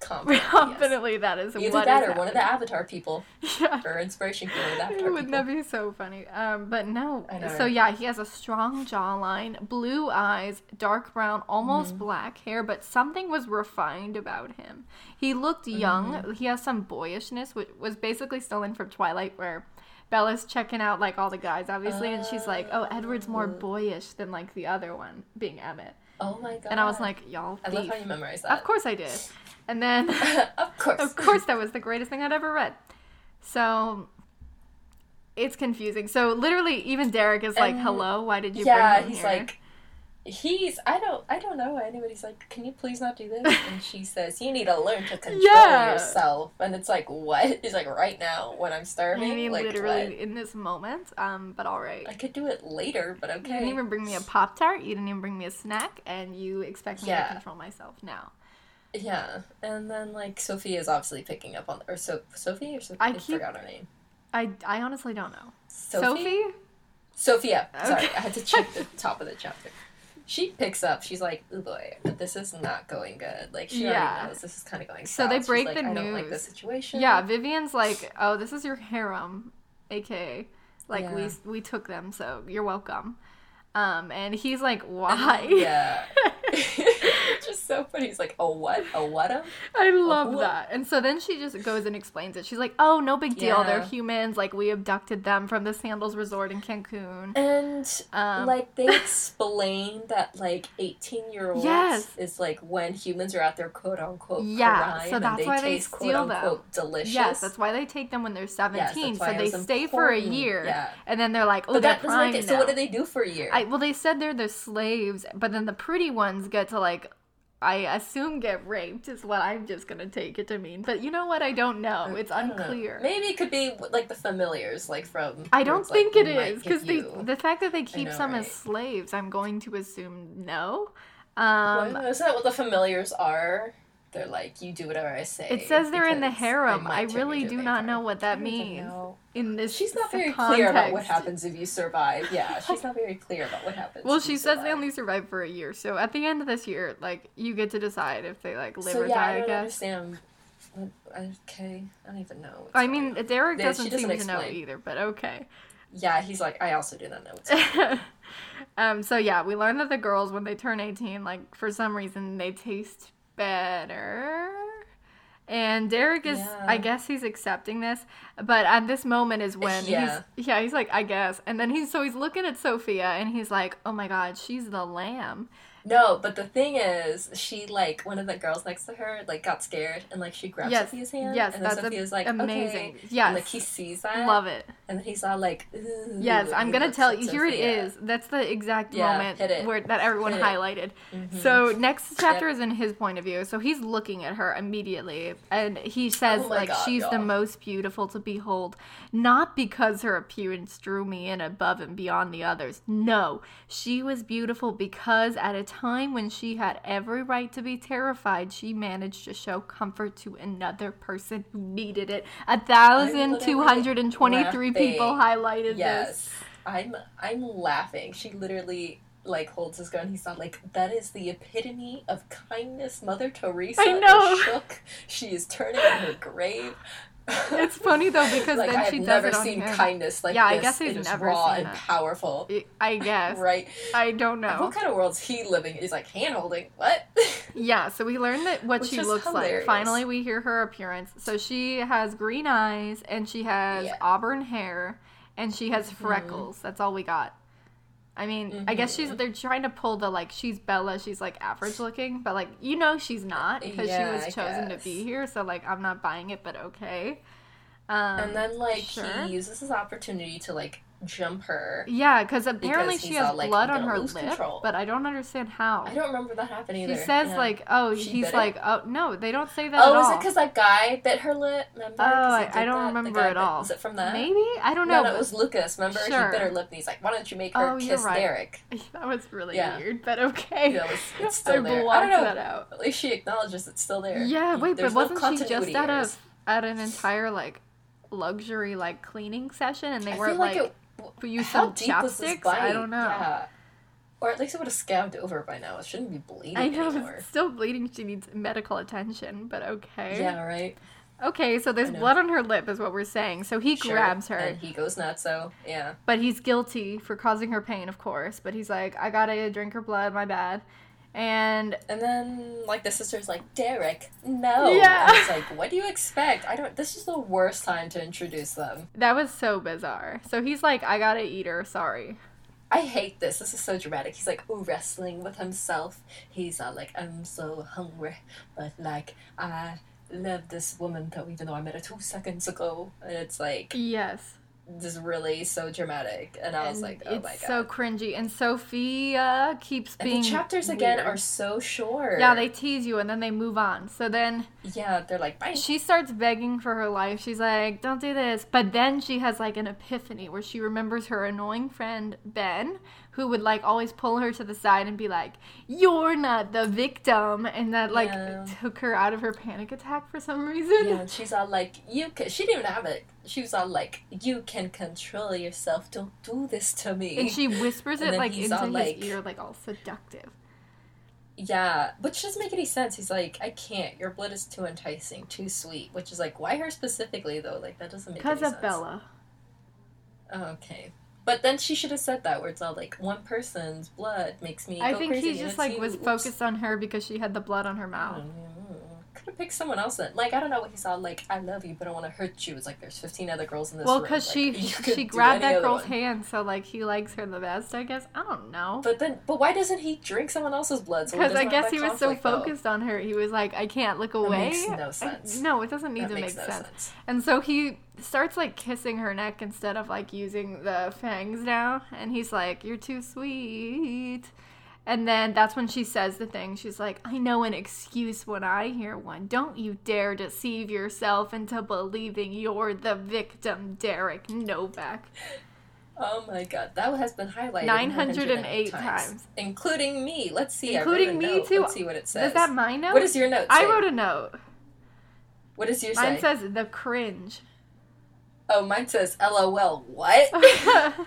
[SPEAKER 1] confidently. yes.
[SPEAKER 2] Confidently, that is
[SPEAKER 1] Either
[SPEAKER 2] what
[SPEAKER 1] that
[SPEAKER 2] is
[SPEAKER 1] or one of the
[SPEAKER 2] happening.
[SPEAKER 1] Avatar people
[SPEAKER 2] (laughs) Yeah.
[SPEAKER 1] or inspiration people.
[SPEAKER 2] (laughs)
[SPEAKER 1] with Avatar
[SPEAKER 2] Wouldn't
[SPEAKER 1] people.
[SPEAKER 2] that be so funny? Um, but no.
[SPEAKER 1] I know,
[SPEAKER 2] So
[SPEAKER 1] right?
[SPEAKER 2] yeah, he has a strong jawline, blue eyes, dark brown, almost
[SPEAKER 1] Mm-hmm.
[SPEAKER 2] black hair, but something was refined about him. He looked
[SPEAKER 1] Mm-hmm.
[SPEAKER 2] young. He has some boyishness, which was basically stolen from Twilight, where Bella's checking out like all the guys, obviously, and she's like, "Oh, Edward's more
[SPEAKER 1] Uh.
[SPEAKER 2] boyish than like the other one, being Emmett."
[SPEAKER 1] Oh my god.
[SPEAKER 2] And I was like, "Y'all
[SPEAKER 1] I love
[SPEAKER 2] thief."
[SPEAKER 1] how you memorize that.
[SPEAKER 2] Of course I did.
[SPEAKER 1] (laughs)
[SPEAKER 2] And then.
[SPEAKER 1] of course. (laughs)
[SPEAKER 2] Of course, that was the greatest thing I'd ever read. So it's confusing. So literally, even Derek is like,
[SPEAKER 1] And-
[SPEAKER 2] "Hello, why did you?"
[SPEAKER 1] yeah,
[SPEAKER 2] bring me
[SPEAKER 1] he's
[SPEAKER 2] here?"
[SPEAKER 1] like he's I don't I don't know anybody's like, Can you please not do
[SPEAKER 2] (laughs)
[SPEAKER 1] this? And she says, You need to learn to control
[SPEAKER 2] Yeah.
[SPEAKER 1] yourself and it's like what? He's like right now when I'm
[SPEAKER 2] I
[SPEAKER 1] starving.
[SPEAKER 2] mean,
[SPEAKER 1] like
[SPEAKER 2] literally
[SPEAKER 1] what?
[SPEAKER 2] in this moment. Um, but all right.
[SPEAKER 1] I could do it later, but
[SPEAKER 2] You didn't
[SPEAKER 1] okay.
[SPEAKER 2] even bring me a pop tart. You didn't even bring me a snack, and you expect me
[SPEAKER 1] Yeah.
[SPEAKER 2] to control myself now.
[SPEAKER 1] Yeah. And then like Sophie is obviously picking up on or so Sophie or Sophie
[SPEAKER 2] I
[SPEAKER 1] I,
[SPEAKER 2] keep-
[SPEAKER 1] forgot her name.
[SPEAKER 2] I, I honestly don't know.
[SPEAKER 1] Sophie? Sophia. Sorry, I had to check
[SPEAKER 2] (laughs)
[SPEAKER 1] the top of the chapter. She picks up. She's like, "Ooh boy, this is not going good." Like she
[SPEAKER 2] Yeah.
[SPEAKER 1] already knows this is kind of going.
[SPEAKER 2] So they
[SPEAKER 1] south. She's
[SPEAKER 2] break
[SPEAKER 1] like,
[SPEAKER 2] the
[SPEAKER 1] I don't like
[SPEAKER 2] news.
[SPEAKER 1] this situation. (laughs)
[SPEAKER 2] Yeah, Vivian's like, "Oh, this is your harem, aka like we
[SPEAKER 1] Yeah.
[SPEAKER 2] we took them, so you're welcome." Um, and he's like, "Why?"
[SPEAKER 1] (laughs)
[SPEAKER 2] (laughs)
[SPEAKER 1] Yeah. it's just so funny. He's like, a what? A what? um?"
[SPEAKER 2] I love
[SPEAKER 1] whoop.
[SPEAKER 2] that. And so then she just goes and explains it. She's like, "Oh, no big deal. They're
[SPEAKER 1] Yeah.
[SPEAKER 2] humans. Like we abducted them from the Sandals Resort in Cancun."
[SPEAKER 1] And
[SPEAKER 2] Um,
[SPEAKER 1] like
[SPEAKER 2] (laughs)
[SPEAKER 1] they explain that like eighteen year olds
[SPEAKER 2] Yes.
[SPEAKER 1] is like when humans are at their quote unquote
[SPEAKER 2] Yeah,
[SPEAKER 1] prime
[SPEAKER 2] so
[SPEAKER 1] and
[SPEAKER 2] that's
[SPEAKER 1] they
[SPEAKER 2] why they
[SPEAKER 1] taste quote
[SPEAKER 2] steal them.
[SPEAKER 1] unquote delicious.
[SPEAKER 2] yes, that's why they take them when they're
[SPEAKER 1] Yes, that's
[SPEAKER 2] seventeen.
[SPEAKER 1] why
[SPEAKER 2] so
[SPEAKER 1] it
[SPEAKER 2] they
[SPEAKER 1] was
[SPEAKER 2] stay for a
[SPEAKER 1] important.
[SPEAKER 2] year,
[SPEAKER 1] Yeah.
[SPEAKER 2] and then they're like, "Oh,
[SPEAKER 1] But
[SPEAKER 2] they're
[SPEAKER 1] that doesn't
[SPEAKER 2] prime
[SPEAKER 1] make it. So what do
[SPEAKER 2] now."
[SPEAKER 1] they do for a year?
[SPEAKER 2] I, well, they said they're the slaves, but then the pretty ones get to like, I assume get raped is what I'm just gonna take it to mean. But you know what? I don't know. It's
[SPEAKER 1] Uh, I don't know.
[SPEAKER 2] unclear.
[SPEAKER 1] Maybe it could be like the familiars, like from.
[SPEAKER 2] I don't
[SPEAKER 1] where it's, like,
[SPEAKER 2] think
[SPEAKER 1] we
[SPEAKER 2] it
[SPEAKER 1] might
[SPEAKER 2] is
[SPEAKER 1] give
[SPEAKER 2] because they
[SPEAKER 1] you-
[SPEAKER 2] the fact that they keep
[SPEAKER 1] know,
[SPEAKER 2] some as
[SPEAKER 1] right?
[SPEAKER 2] slaves, I'm going to assume no. Um,
[SPEAKER 1] Well, isn't that what the familiars are? They're like you do whatever I say.
[SPEAKER 2] it says they're in the
[SPEAKER 1] because
[SPEAKER 2] harem.
[SPEAKER 1] might
[SPEAKER 2] I
[SPEAKER 1] turn you
[SPEAKER 2] really
[SPEAKER 1] into a
[SPEAKER 2] do not
[SPEAKER 1] vampire.
[SPEAKER 2] know what
[SPEAKER 1] I
[SPEAKER 2] that
[SPEAKER 1] don't even
[SPEAKER 2] means
[SPEAKER 1] know.
[SPEAKER 2] in this.
[SPEAKER 1] She's not very
[SPEAKER 2] context.
[SPEAKER 1] clear about what happens if you survive. (laughs) Yeah, she's not very clear about what happens.
[SPEAKER 2] Well,
[SPEAKER 1] if
[SPEAKER 2] she
[SPEAKER 1] you
[SPEAKER 2] says they
[SPEAKER 1] survive.
[SPEAKER 2] only survive for a year, so at the end of this year, like you get to decide if they like live
[SPEAKER 1] So
[SPEAKER 2] or
[SPEAKER 1] yeah,
[SPEAKER 2] die.
[SPEAKER 1] I
[SPEAKER 2] I,
[SPEAKER 1] don't
[SPEAKER 2] guess.
[SPEAKER 1] understand. What, uh, okay, I don't even know. what's
[SPEAKER 2] I
[SPEAKER 1] going
[SPEAKER 2] mean,
[SPEAKER 1] on.
[SPEAKER 2] Derek
[SPEAKER 1] Yeah, she
[SPEAKER 2] doesn't,
[SPEAKER 1] doesn't
[SPEAKER 2] seem to know
[SPEAKER 1] explain.
[SPEAKER 2] either, but okay.
[SPEAKER 1] yeah, he's like, I also do not know.
[SPEAKER 2] (laughs)
[SPEAKER 1] What's
[SPEAKER 2] um, so yeah, we learned that the girls, when they turn 18, like for some reason they taste better. And Derek is,
[SPEAKER 1] Yeah.
[SPEAKER 2] I guess he's accepting this, but at this moment is when
[SPEAKER 1] Yeah.
[SPEAKER 2] he's, yeah, he's like, I guess. And then he's, so he's looking at Sophia and he's like, oh my God, she's the lamb.
[SPEAKER 1] No, but the thing is, she like one of the girls next to her like got scared and like she grabbed
[SPEAKER 2] Yes,
[SPEAKER 1] Sophia's hand. and
[SPEAKER 2] yes,
[SPEAKER 1] then
[SPEAKER 2] that's a-
[SPEAKER 1] Sophia's like
[SPEAKER 2] amazing.
[SPEAKER 1] Okay.
[SPEAKER 2] Yes.
[SPEAKER 1] and, like he sees that.
[SPEAKER 2] Love it.
[SPEAKER 1] And then he's all like, Ooh,
[SPEAKER 2] Yes,
[SPEAKER 1] and
[SPEAKER 2] I'm
[SPEAKER 1] he
[SPEAKER 2] gonna
[SPEAKER 1] looks
[SPEAKER 2] tell
[SPEAKER 1] at
[SPEAKER 2] you. Here it
[SPEAKER 1] Sophia.
[SPEAKER 2] is. That's the exact
[SPEAKER 1] Yeah,
[SPEAKER 2] moment
[SPEAKER 1] hit it.
[SPEAKER 2] where that everyone
[SPEAKER 1] Hit it. Mm-hmm.
[SPEAKER 2] highlighted. So next chapter is in his point of view. So he's looking at her immediately, and he says
[SPEAKER 1] Oh my
[SPEAKER 2] like
[SPEAKER 1] God,
[SPEAKER 2] she's the
[SPEAKER 1] y'all.
[SPEAKER 2] most beautiful to behold, not because her appearance drew me in above and beyond the others. No, she was beautiful because at a time when she had every right to be terrified, she managed to show comfort to another person who needed it. A thousand two hundred and twenty-three people
[SPEAKER 1] laughing.
[SPEAKER 2] highlighted this.
[SPEAKER 1] Yes, I'm I'm laughing. She literally like holds his gun. He's not like that is the epitome of kindness, Mother Teresa.
[SPEAKER 2] I know.
[SPEAKER 1] is (laughs) shook. She is turning in her grave.
[SPEAKER 2] It's
[SPEAKER 1] (laughs)
[SPEAKER 2] funny though because
[SPEAKER 1] like
[SPEAKER 2] then
[SPEAKER 1] I've
[SPEAKER 2] she does
[SPEAKER 1] never
[SPEAKER 2] it on
[SPEAKER 1] seen
[SPEAKER 2] him.
[SPEAKER 1] kindness like
[SPEAKER 2] Yeah, I
[SPEAKER 1] this.
[SPEAKER 2] guess he's
[SPEAKER 1] It is
[SPEAKER 2] never
[SPEAKER 1] raw and
[SPEAKER 2] seen that.
[SPEAKER 1] powerful.
[SPEAKER 2] I guess.
[SPEAKER 1] Right.
[SPEAKER 2] I don't know.
[SPEAKER 1] What kind of world's he living? in? He's like hand holding. What? (laughs)
[SPEAKER 2] Yeah, so we learned that what
[SPEAKER 1] Which
[SPEAKER 2] she
[SPEAKER 1] is
[SPEAKER 2] looks like.
[SPEAKER 1] hilarious.
[SPEAKER 2] Finally, we hear her appearance. So she has green eyes and she has
[SPEAKER 1] Yeah. Mm-hmm.
[SPEAKER 2] auburn hair and she has freckles. That's all we got. I mean, I guess
[SPEAKER 1] Mm-hmm.
[SPEAKER 2] she's they're trying to pull the like she's Bella, she's like average looking, but like you know she's not because
[SPEAKER 1] Yeah,
[SPEAKER 2] she
[SPEAKER 1] I
[SPEAKER 2] was chosen to
[SPEAKER 1] guess.
[SPEAKER 2] be here, so like I'm not buying it, but okay. Um,
[SPEAKER 1] and then like
[SPEAKER 2] sure.
[SPEAKER 1] he uses his opportunity to like jump her.
[SPEAKER 2] yeah, because apparently
[SPEAKER 1] because
[SPEAKER 2] she
[SPEAKER 1] he's
[SPEAKER 2] has
[SPEAKER 1] all like,
[SPEAKER 2] blood
[SPEAKER 1] "I'm
[SPEAKER 2] on
[SPEAKER 1] gonna
[SPEAKER 2] her
[SPEAKER 1] lose
[SPEAKER 2] lip,
[SPEAKER 1] control."
[SPEAKER 2] but I don't understand how.
[SPEAKER 1] I don't remember that happening
[SPEAKER 2] she
[SPEAKER 1] either.
[SPEAKER 2] says
[SPEAKER 1] Yeah.
[SPEAKER 2] like, oh,
[SPEAKER 1] She
[SPEAKER 2] he's
[SPEAKER 1] bit
[SPEAKER 2] like, oh no, they don't say that.
[SPEAKER 1] oh,
[SPEAKER 2] at
[SPEAKER 1] was
[SPEAKER 2] all.
[SPEAKER 1] it because that guy bit her lip? Remember? 'Cause
[SPEAKER 2] Oh,
[SPEAKER 1] he
[SPEAKER 2] I-
[SPEAKER 1] did
[SPEAKER 2] I don't
[SPEAKER 1] that? The
[SPEAKER 2] remember
[SPEAKER 1] guy
[SPEAKER 2] at
[SPEAKER 1] bit-
[SPEAKER 2] all.
[SPEAKER 1] Was it from that?
[SPEAKER 2] Maybe I don't know.
[SPEAKER 1] No, no, it was Lucas. Remember,
[SPEAKER 2] Sure.
[SPEAKER 1] he bit her lip, and he's like, "Why don't you make
[SPEAKER 2] Oh,
[SPEAKER 1] her
[SPEAKER 2] you're
[SPEAKER 1] kiss
[SPEAKER 2] right.
[SPEAKER 1] Derek?"
[SPEAKER 2] (laughs) (laughs) that was really
[SPEAKER 1] Yeah.
[SPEAKER 2] weird, but okay.
[SPEAKER 1] Yeah, it's- it's still
[SPEAKER 2] (laughs) I
[SPEAKER 1] there. I don't
[SPEAKER 2] blocked
[SPEAKER 1] know.
[SPEAKER 2] that out.
[SPEAKER 1] At least she acknowledges it's still there.
[SPEAKER 2] Yeah,
[SPEAKER 1] You-
[SPEAKER 2] wait, but
[SPEAKER 1] there's no
[SPEAKER 2] wasn't she just
[SPEAKER 1] continuity
[SPEAKER 2] at a
[SPEAKER 1] errors.
[SPEAKER 2] at an entire like luxury like cleaning session, and they
[SPEAKER 1] I
[SPEAKER 2] were
[SPEAKER 1] feel
[SPEAKER 2] like,
[SPEAKER 1] like it.
[SPEAKER 2] "We use
[SPEAKER 1] How
[SPEAKER 2] some
[SPEAKER 1] deep was this
[SPEAKER 2] chapsticks?"
[SPEAKER 1] bite?
[SPEAKER 2] I don't know.
[SPEAKER 1] Yeah. Or at least it would have scabbed over by now. It shouldn't be bleeding
[SPEAKER 2] I know
[SPEAKER 1] anymore.
[SPEAKER 2] it's still bleeding. She needs medical attention, but okay.
[SPEAKER 1] Yeah, right.
[SPEAKER 2] Okay, so there's
[SPEAKER 1] I know.
[SPEAKER 2] blood on her lip, is what we're saying. So he
[SPEAKER 1] Sure.
[SPEAKER 2] grabs her,
[SPEAKER 1] and he goes nuts. So yeah,
[SPEAKER 2] but he's guilty for causing her pain, of course. But he's like, "I gotta drink her blood. My bad." And
[SPEAKER 1] and then like the sister's like, "Derek, no."
[SPEAKER 2] Yeah.
[SPEAKER 1] And it's like, "What do you expect? I don't. This is the worst time to introduce them.
[SPEAKER 2] that was so bizarre. So he's like, "I gotta eat her. Sorry."
[SPEAKER 1] I hate this. This is so dramatic. He's like ooh, wrestling with himself. He's all like, I'm so hungry, but like I love this woman though, even though I met her two seconds ago. And it's like
[SPEAKER 2] Yes.
[SPEAKER 1] this is really so dramatic. And I was
[SPEAKER 2] And
[SPEAKER 1] like, oh
[SPEAKER 2] it's
[SPEAKER 1] my god.
[SPEAKER 2] so cringy. And Sophia keeps
[SPEAKER 1] and
[SPEAKER 2] being
[SPEAKER 1] the chapters again
[SPEAKER 2] weird.
[SPEAKER 1] are so short.
[SPEAKER 2] yeah, they tease you and then they move on. So then
[SPEAKER 1] yeah, they're like bye.
[SPEAKER 2] she starts begging for her life. She's like, "Don't do this." But then she has like an epiphany where she remembers her annoying friend Ben, who would like always pull her to the side and be like, "You're not the victim," and that like
[SPEAKER 1] Yeah.
[SPEAKER 2] took her out of her panic attack for some reason. (laughs)
[SPEAKER 1] Yeah, and she's all like, you can. She didn't even have it. She was all like, you can control yourself. Don't do this to me.
[SPEAKER 2] And she whispers
[SPEAKER 1] And
[SPEAKER 2] it
[SPEAKER 1] then
[SPEAKER 2] like
[SPEAKER 1] he's
[SPEAKER 2] into
[SPEAKER 1] all
[SPEAKER 2] his
[SPEAKER 1] like-
[SPEAKER 2] ear, like all seductive.
[SPEAKER 1] Yeah, which doesn't make any sense. He's like, I can't. Your blood is too enticing, too sweet. Which is like, why her specifically though? Like that doesn't make any
[SPEAKER 2] Because
[SPEAKER 1] sense.
[SPEAKER 2] of Bella.
[SPEAKER 1] Oh, okay, but then she should have said that where it's all like, one person's blood makes me.
[SPEAKER 2] I
[SPEAKER 1] go
[SPEAKER 2] think
[SPEAKER 1] crazy,
[SPEAKER 2] he
[SPEAKER 1] and
[SPEAKER 2] just
[SPEAKER 1] it's
[SPEAKER 2] like
[SPEAKER 1] you.
[SPEAKER 2] was
[SPEAKER 1] Oops.
[SPEAKER 2] focused on her because she had the blood on her mouth.
[SPEAKER 1] Could have picked someone else then. Like I don't know what he saw. Like I love you, but I want to hurt you. It's like there's 15 other girls in this.
[SPEAKER 2] Well,
[SPEAKER 1] room,
[SPEAKER 2] because
[SPEAKER 1] like,
[SPEAKER 2] she
[SPEAKER 1] (laughs) you could
[SPEAKER 2] she
[SPEAKER 1] do
[SPEAKER 2] grabbed
[SPEAKER 1] any
[SPEAKER 2] that
[SPEAKER 1] other
[SPEAKER 2] girl's
[SPEAKER 1] one.
[SPEAKER 2] hand, so like he likes her the best, I guess. I don't know.
[SPEAKER 1] But then, but why doesn't he drink someone else's blood? So it
[SPEAKER 2] Because I
[SPEAKER 1] doesn't have
[SPEAKER 2] guess
[SPEAKER 1] that
[SPEAKER 2] he was so
[SPEAKER 1] conflict, though?
[SPEAKER 2] focused on her, he was like, I can't look
[SPEAKER 1] That
[SPEAKER 2] away.
[SPEAKER 1] makes no
[SPEAKER 2] I-
[SPEAKER 1] sense.
[SPEAKER 2] no, it doesn't need
[SPEAKER 1] That
[SPEAKER 2] to make
[SPEAKER 1] makes no
[SPEAKER 2] sense.
[SPEAKER 1] sense.
[SPEAKER 2] And so he starts like kissing her neck instead of like using the fangs now, and he's like, "You're too sweet." And then that's when she says the thing. She's like, "I know an excuse when I hear one. Don't you dare deceive yourself into believing you're the victim, Derek Novak."
[SPEAKER 1] Oh my god, that has been highlighted
[SPEAKER 2] 908 times.
[SPEAKER 1] including me. Let's see, I wrote
[SPEAKER 2] Including
[SPEAKER 1] a
[SPEAKER 2] me
[SPEAKER 1] note.
[SPEAKER 2] too.
[SPEAKER 1] Let's see what it says.
[SPEAKER 2] Is that my note?
[SPEAKER 1] What is your note?
[SPEAKER 2] I
[SPEAKER 1] say?
[SPEAKER 2] wrote a note.
[SPEAKER 1] What is your
[SPEAKER 2] Mine
[SPEAKER 1] say?
[SPEAKER 2] says the cringe.
[SPEAKER 1] oh, mine says LOL.
[SPEAKER 2] (laughs)
[SPEAKER 1] What? (laughs)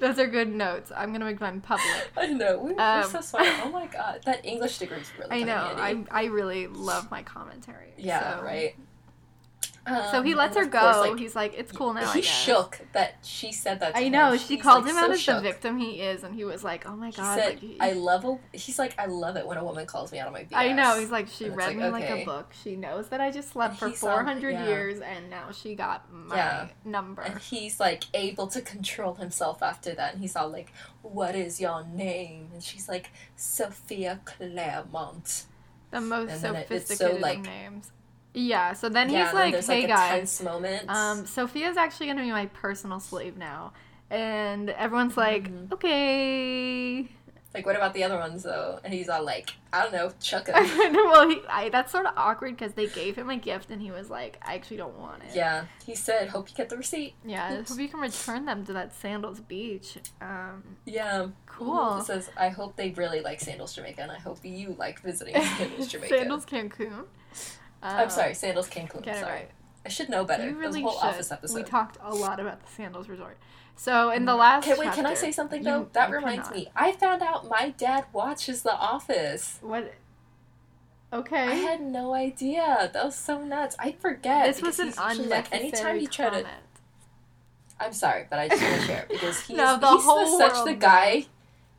[SPEAKER 2] Those are good notes. I'm gonna make
[SPEAKER 1] (laughs)
[SPEAKER 2] mine public.
[SPEAKER 1] I know. We,
[SPEAKER 2] Um,
[SPEAKER 1] we're so smart. Oh my god, that English degree is really.
[SPEAKER 2] I
[SPEAKER 1] coming
[SPEAKER 2] know.
[SPEAKER 1] in handy.
[SPEAKER 2] I I really love my commentary.
[SPEAKER 1] Yeah.
[SPEAKER 2] so.
[SPEAKER 1] Right.
[SPEAKER 2] So he
[SPEAKER 1] Um,
[SPEAKER 2] lets her
[SPEAKER 1] and
[SPEAKER 2] go.
[SPEAKER 1] of course, like,
[SPEAKER 2] He's like, "It's cool now." I
[SPEAKER 1] He
[SPEAKER 2] guess."
[SPEAKER 1] shook that she said that. To
[SPEAKER 2] I
[SPEAKER 1] him.
[SPEAKER 2] know. She
[SPEAKER 1] He's,
[SPEAKER 2] called
[SPEAKER 1] like,
[SPEAKER 2] him
[SPEAKER 1] so
[SPEAKER 2] out as
[SPEAKER 1] shook.
[SPEAKER 2] the victim he is, and he was like, "Oh my
[SPEAKER 1] He
[SPEAKER 2] god!"
[SPEAKER 1] said,
[SPEAKER 2] like, he-
[SPEAKER 1] "I love a." He's like, "I love it when a woman calls me out on my BS."
[SPEAKER 2] I know. He's like, she
[SPEAKER 1] And it's
[SPEAKER 2] read
[SPEAKER 1] like,
[SPEAKER 2] me like
[SPEAKER 1] okay.
[SPEAKER 2] a book. She knows that I just slept for
[SPEAKER 1] he's all-
[SPEAKER 2] 400
[SPEAKER 1] yeah.
[SPEAKER 2] years, and now she got my
[SPEAKER 1] Yeah.
[SPEAKER 2] number.
[SPEAKER 1] And he's like able to control himself after that. And he's all like, What is your name? And she's like, Sophia Claremont.
[SPEAKER 2] the most
[SPEAKER 1] and then it-
[SPEAKER 2] sophisticated
[SPEAKER 1] it's so, like-
[SPEAKER 2] of names. Yeah. So then
[SPEAKER 1] yeah,
[SPEAKER 2] he's
[SPEAKER 1] and then
[SPEAKER 2] like,
[SPEAKER 1] there's
[SPEAKER 2] "Hey
[SPEAKER 1] like
[SPEAKER 2] guys,
[SPEAKER 1] a tense moment.
[SPEAKER 2] Um, Sophia's actually gonna be my personal slave now. And everyone's like,
[SPEAKER 1] Mm-hmm.
[SPEAKER 2] okay. (laughs)
[SPEAKER 1] like, what about the other ones though? And he's all like, I don't know, chuck 'em."
[SPEAKER 2] (laughs) well, he, I, that's sort of awkward because they gave him a gift and he was like, I actually don't want it.
[SPEAKER 1] yeah. He said, Hope you get the receipt.
[SPEAKER 2] Yeah, I
[SPEAKER 1] Oops.
[SPEAKER 2] hope you can return them to that Sandals Beach. Um,
[SPEAKER 1] Yeah.
[SPEAKER 2] cool.
[SPEAKER 1] It says, I hope they really like Sandals Jamaica and I hope you like visiting
[SPEAKER 2] (laughs)
[SPEAKER 1] Sandals Jamaica.
[SPEAKER 2] Sandals Cancun. Um,
[SPEAKER 1] I'm sorry, Sandals Cancun.
[SPEAKER 2] Get it
[SPEAKER 1] sorry.
[SPEAKER 2] right.
[SPEAKER 1] I should know better.
[SPEAKER 2] You
[SPEAKER 1] It was a
[SPEAKER 2] really
[SPEAKER 1] whole office
[SPEAKER 2] should.
[SPEAKER 1] episode. Mm-hmm.
[SPEAKER 2] We talked a lot about the Sandals Resort. So in the last
[SPEAKER 1] Can, wait, can I
[SPEAKER 2] chapter-
[SPEAKER 1] say something
[SPEAKER 2] You-
[SPEAKER 1] though? that
[SPEAKER 2] you
[SPEAKER 1] reminds
[SPEAKER 2] cannot.
[SPEAKER 1] me. I found out my dad watches The Office.
[SPEAKER 2] What? Okay.
[SPEAKER 1] I had no idea. That was so nuts. I forget.
[SPEAKER 2] this was an
[SPEAKER 1] because he's
[SPEAKER 2] unnecessary
[SPEAKER 1] usually like, anytime you try
[SPEAKER 2] comment.
[SPEAKER 1] to, I'm sorry, but I just want to share it
[SPEAKER 2] (laughs)
[SPEAKER 1] because he's,
[SPEAKER 2] No, the
[SPEAKER 1] he's
[SPEAKER 2] whole
[SPEAKER 1] such
[SPEAKER 2] world
[SPEAKER 1] the
[SPEAKER 2] knows.
[SPEAKER 1] guy.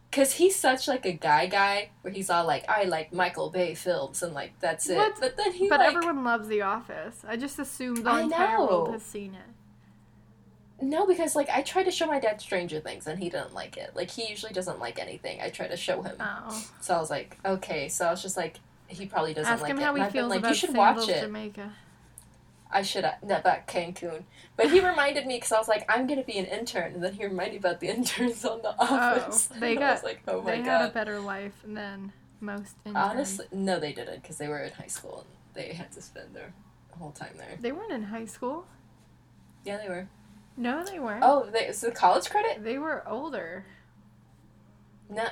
[SPEAKER 1] Because he's such like a guy guy where he's all like, I like Michael Bay films and like that's it.
[SPEAKER 2] What?
[SPEAKER 1] But then he
[SPEAKER 2] But
[SPEAKER 1] like
[SPEAKER 2] everyone loves The Office. I just assume the
[SPEAKER 1] I
[SPEAKER 2] entire world
[SPEAKER 1] know.
[SPEAKER 2] has seen it.
[SPEAKER 1] no because like I tried to show my dad Stranger Things and he didn't like it. Like he usually doesn't like anything. I try to show him.
[SPEAKER 2] Oh,
[SPEAKER 1] So I was like, okay. So I was just like, he probably doesn't
[SPEAKER 2] ask
[SPEAKER 1] like
[SPEAKER 2] him
[SPEAKER 1] it.
[SPEAKER 2] how
[SPEAKER 1] And
[SPEAKER 2] he
[SPEAKER 1] I've been
[SPEAKER 2] feels
[SPEAKER 1] like,
[SPEAKER 2] about
[SPEAKER 1] you should
[SPEAKER 2] Sandals
[SPEAKER 1] watch it.
[SPEAKER 2] Jamaica.
[SPEAKER 1] I should have no, about Cancun. But he reminded me because I was like, I'm gonna be an intern, and then he reminded me about the (laughs) interns on the office. (laughs)
[SPEAKER 2] Oh, they
[SPEAKER 1] and I
[SPEAKER 2] got-
[SPEAKER 1] was like, oh
[SPEAKER 2] they
[SPEAKER 1] my
[SPEAKER 2] had a
[SPEAKER 1] god.
[SPEAKER 2] better life than most. interns.
[SPEAKER 1] Honestly, no, they didn't because they were in high school and they had to spend their whole time there.
[SPEAKER 2] they weren't in high school.
[SPEAKER 1] Yeah, they were.
[SPEAKER 2] No, they weren't.
[SPEAKER 1] Oh, they, so college credit?
[SPEAKER 2] They were older.
[SPEAKER 1] No,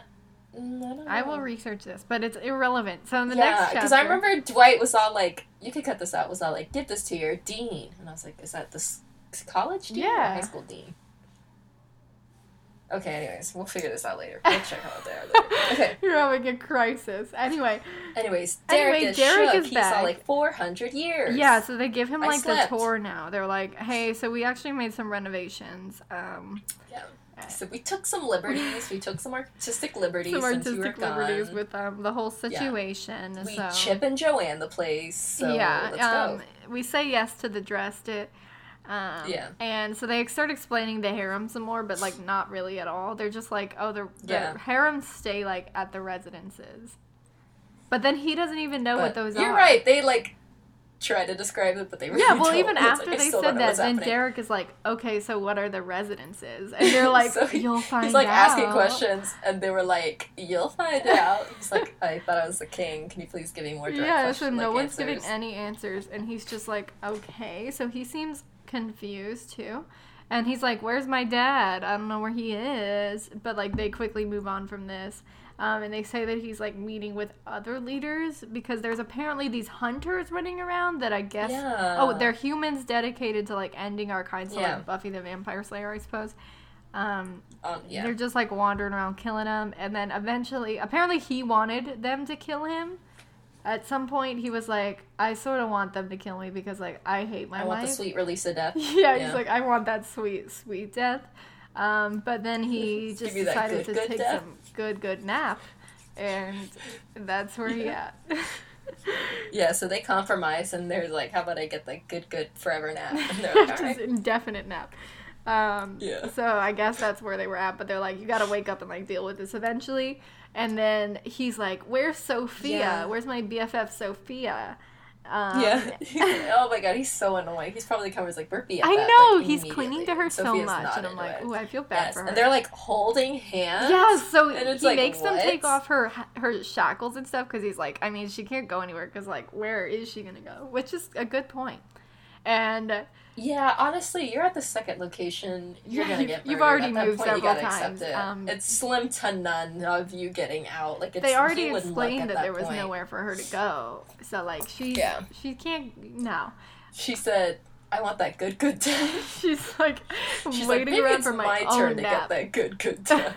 [SPEAKER 1] Mm, I don't know.
[SPEAKER 2] I will research this, but it's irrelevant. So in the
[SPEAKER 1] yeah,
[SPEAKER 2] next chapter,
[SPEAKER 1] because I remember Dwight was all like, "You could cut this out." Was all like, "Give this to your dean," and I was like, "Is that the s- college dean or
[SPEAKER 2] Yeah.
[SPEAKER 1] high school dean?" Okay, anyways, we'll figure this out later. We'll check out there.
[SPEAKER 2] (laughs)
[SPEAKER 1] Later. Okay.
[SPEAKER 2] you're having a crisis. Anyway,
[SPEAKER 1] Anyways, Derek
[SPEAKER 2] Anyway,
[SPEAKER 1] is
[SPEAKER 2] Derek
[SPEAKER 1] shook.
[SPEAKER 2] is
[SPEAKER 1] He
[SPEAKER 2] back.
[SPEAKER 1] saw like four hundred years.
[SPEAKER 2] yeah. So they give him
[SPEAKER 1] I
[SPEAKER 2] like the
[SPEAKER 1] slept.
[SPEAKER 2] tour now. They're like, hey, so we actually made some renovations. Um,
[SPEAKER 1] So we took some liberties. We took some artistic liberties
[SPEAKER 2] some
[SPEAKER 1] since you were
[SPEAKER 2] artistic
[SPEAKER 1] gone.
[SPEAKER 2] liberties with um the whole situation.
[SPEAKER 1] we
[SPEAKER 2] so
[SPEAKER 1] Chip and Joanne the place. So
[SPEAKER 2] (laughs) yeah,
[SPEAKER 1] let's
[SPEAKER 2] um,
[SPEAKER 1] go.
[SPEAKER 2] we say yes to the dressed it. Um,
[SPEAKER 1] Yeah.
[SPEAKER 2] And so they start explaining the harem some more, but like not really at all. They're just like, oh, the, the
[SPEAKER 1] Yeah.
[SPEAKER 2] harems stay like at the residences. But then he doesn't even know what
[SPEAKER 1] But
[SPEAKER 2] those
[SPEAKER 1] you're
[SPEAKER 2] are.
[SPEAKER 1] right. (laughs) They like try to describe it, but they really
[SPEAKER 2] Yeah, well,
[SPEAKER 1] don't.
[SPEAKER 2] even
[SPEAKER 1] It's like,
[SPEAKER 2] after
[SPEAKER 1] I
[SPEAKER 2] they
[SPEAKER 1] still don't
[SPEAKER 2] said
[SPEAKER 1] know
[SPEAKER 2] that,
[SPEAKER 1] what's
[SPEAKER 2] then
[SPEAKER 1] happening.
[SPEAKER 2] Derek is like, okay, so what are the residences? And they're
[SPEAKER 1] (laughs)
[SPEAKER 2] like,
[SPEAKER 1] So he-
[SPEAKER 2] you'll find out.
[SPEAKER 1] He's like asking questions, and they were like, "You'll
[SPEAKER 2] (laughs)
[SPEAKER 1] find out." He's like, "I thought I was the king. Can you please give me more direct
[SPEAKER 2] Yeah, so
[SPEAKER 1] question,
[SPEAKER 2] no
[SPEAKER 1] like,
[SPEAKER 2] one's giving
[SPEAKER 1] answers?"
[SPEAKER 2] any answers, and he's just like, okay. So he seems confused too, and he's like, "Where's my dad? I don't know where he is." But like, they quickly move on from this, um, and they say that he's like meeting with other leaders because there's apparently these hunters running around that I guess.
[SPEAKER 1] Yeah.
[SPEAKER 2] Oh, they're humans dedicated to like ending our kind, so
[SPEAKER 1] Yeah.
[SPEAKER 2] like Buffy the Vampire Slayer, I suppose. Um,
[SPEAKER 1] Um, yeah.
[SPEAKER 2] they're just like wandering around killing him, and then eventually, apparently, he wanted them to kill him. At some point, he was like, "I sort of want them to kill me because like I hate my
[SPEAKER 1] I
[SPEAKER 2] life."
[SPEAKER 1] want the sweet release of
[SPEAKER 2] (laughs)
[SPEAKER 1] death.
[SPEAKER 2] yeah,
[SPEAKER 1] Yeah.
[SPEAKER 2] he's like, "I want that sweet, sweet death." Um, but then
[SPEAKER 1] (laughs)
[SPEAKER 2] he
[SPEAKER 1] Give
[SPEAKER 2] just
[SPEAKER 1] me that
[SPEAKER 2] decided
[SPEAKER 1] good,
[SPEAKER 2] to
[SPEAKER 1] good
[SPEAKER 2] take
[SPEAKER 1] death.
[SPEAKER 2] some good, good nap, and that's where he (laughs) at.
[SPEAKER 1] Yeah, so they compromise, and they're like, "How about I get the good, good forever nap?"
[SPEAKER 2] (laughs)
[SPEAKER 1] (laughs) And they're like,
[SPEAKER 2] Just
[SPEAKER 1] "All right."
[SPEAKER 2] indefinite nap. Um,
[SPEAKER 1] Yeah.
[SPEAKER 2] So I guess that's where they were at, but they're like, you gotta wake up and like deal with this eventually. And then he's like, "Where's Sophia?
[SPEAKER 1] Yeah.
[SPEAKER 2] Where's my BFF Sophia?" Um,
[SPEAKER 1] Yeah. (laughs) He's like, oh my god, he's so annoying. He's probably coming. He's like, "We're BFF,"
[SPEAKER 2] I know
[SPEAKER 1] like,
[SPEAKER 2] he's clinging to
[SPEAKER 1] immediately.
[SPEAKER 2] her so
[SPEAKER 1] Sophia's
[SPEAKER 2] much,
[SPEAKER 1] not
[SPEAKER 2] and I'm
[SPEAKER 1] into
[SPEAKER 2] like,
[SPEAKER 1] it.
[SPEAKER 2] "Ooh, I feel bad
[SPEAKER 1] Yes,
[SPEAKER 2] for her."
[SPEAKER 1] and they're like holding hands.
[SPEAKER 2] yeah, so
[SPEAKER 1] and it's
[SPEAKER 2] he
[SPEAKER 1] like,
[SPEAKER 2] makes them
[SPEAKER 1] what?
[SPEAKER 2] take off her her shackles and stuff because he's like, I mean, she can't go anywhere because like, where is she gonna go? Which is a good point. And
[SPEAKER 1] Yeah, honestly, you're at the second location. You're
[SPEAKER 2] Yeah,
[SPEAKER 1] gonna
[SPEAKER 2] you've-
[SPEAKER 1] get
[SPEAKER 2] you've
[SPEAKER 1] murdered.
[SPEAKER 2] already
[SPEAKER 1] at that
[SPEAKER 2] moved
[SPEAKER 1] point, you
[SPEAKER 2] several
[SPEAKER 1] gotta Accept
[SPEAKER 2] times.
[SPEAKER 1] it.
[SPEAKER 2] Um,
[SPEAKER 1] it's slim to none of you getting out. Like it's,
[SPEAKER 2] they already
[SPEAKER 1] you wouldn't look at
[SPEAKER 2] explained that there was
[SPEAKER 1] point.
[SPEAKER 2] nowhere for her to go. So like she
[SPEAKER 1] Yeah.
[SPEAKER 2] she can't no. (laughs)
[SPEAKER 1] She said, "I want that good good time."
[SPEAKER 2] She's like
[SPEAKER 1] She's like,
[SPEAKER 2] waiting
[SPEAKER 1] "Maybe
[SPEAKER 2] around
[SPEAKER 1] it's
[SPEAKER 2] for my, own
[SPEAKER 1] turn to
[SPEAKER 2] nap.
[SPEAKER 1] get that good
[SPEAKER 2] (laughs)
[SPEAKER 1] good time,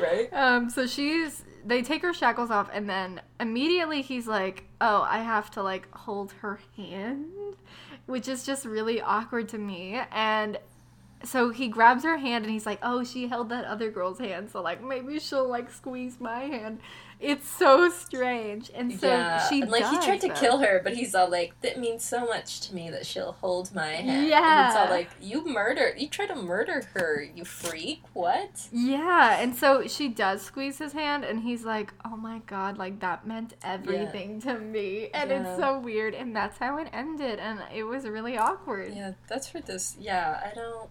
[SPEAKER 1] right?
[SPEAKER 2] um so she's they take her shackles off and then immediately he's like, "Oh, I have to like hold her hand," which is just really awkward to me and so he grabs her hand and he's like, "Oh, she held that other girl's hand, so like maybe she'll like squeeze my hand." It's so strange, and so
[SPEAKER 1] yeah,
[SPEAKER 2] she
[SPEAKER 1] and like he
[SPEAKER 2] does,
[SPEAKER 1] tried to
[SPEAKER 2] though.
[SPEAKER 1] kill her, but he's all like, "That means so much to me that she'll hold my hand." and it's
[SPEAKER 2] Yeah.
[SPEAKER 1] all like, "You murder, you tried to murder her, you freak! What?"
[SPEAKER 2] Yeah, and so she does squeeze his hand, and he's like, "Oh my god, like that meant everything to me," and
[SPEAKER 1] Yeah.
[SPEAKER 2] it's so weird, and that's how it ended, and it was really awkward.
[SPEAKER 1] Yeah, that's where this. Yeah, I don't.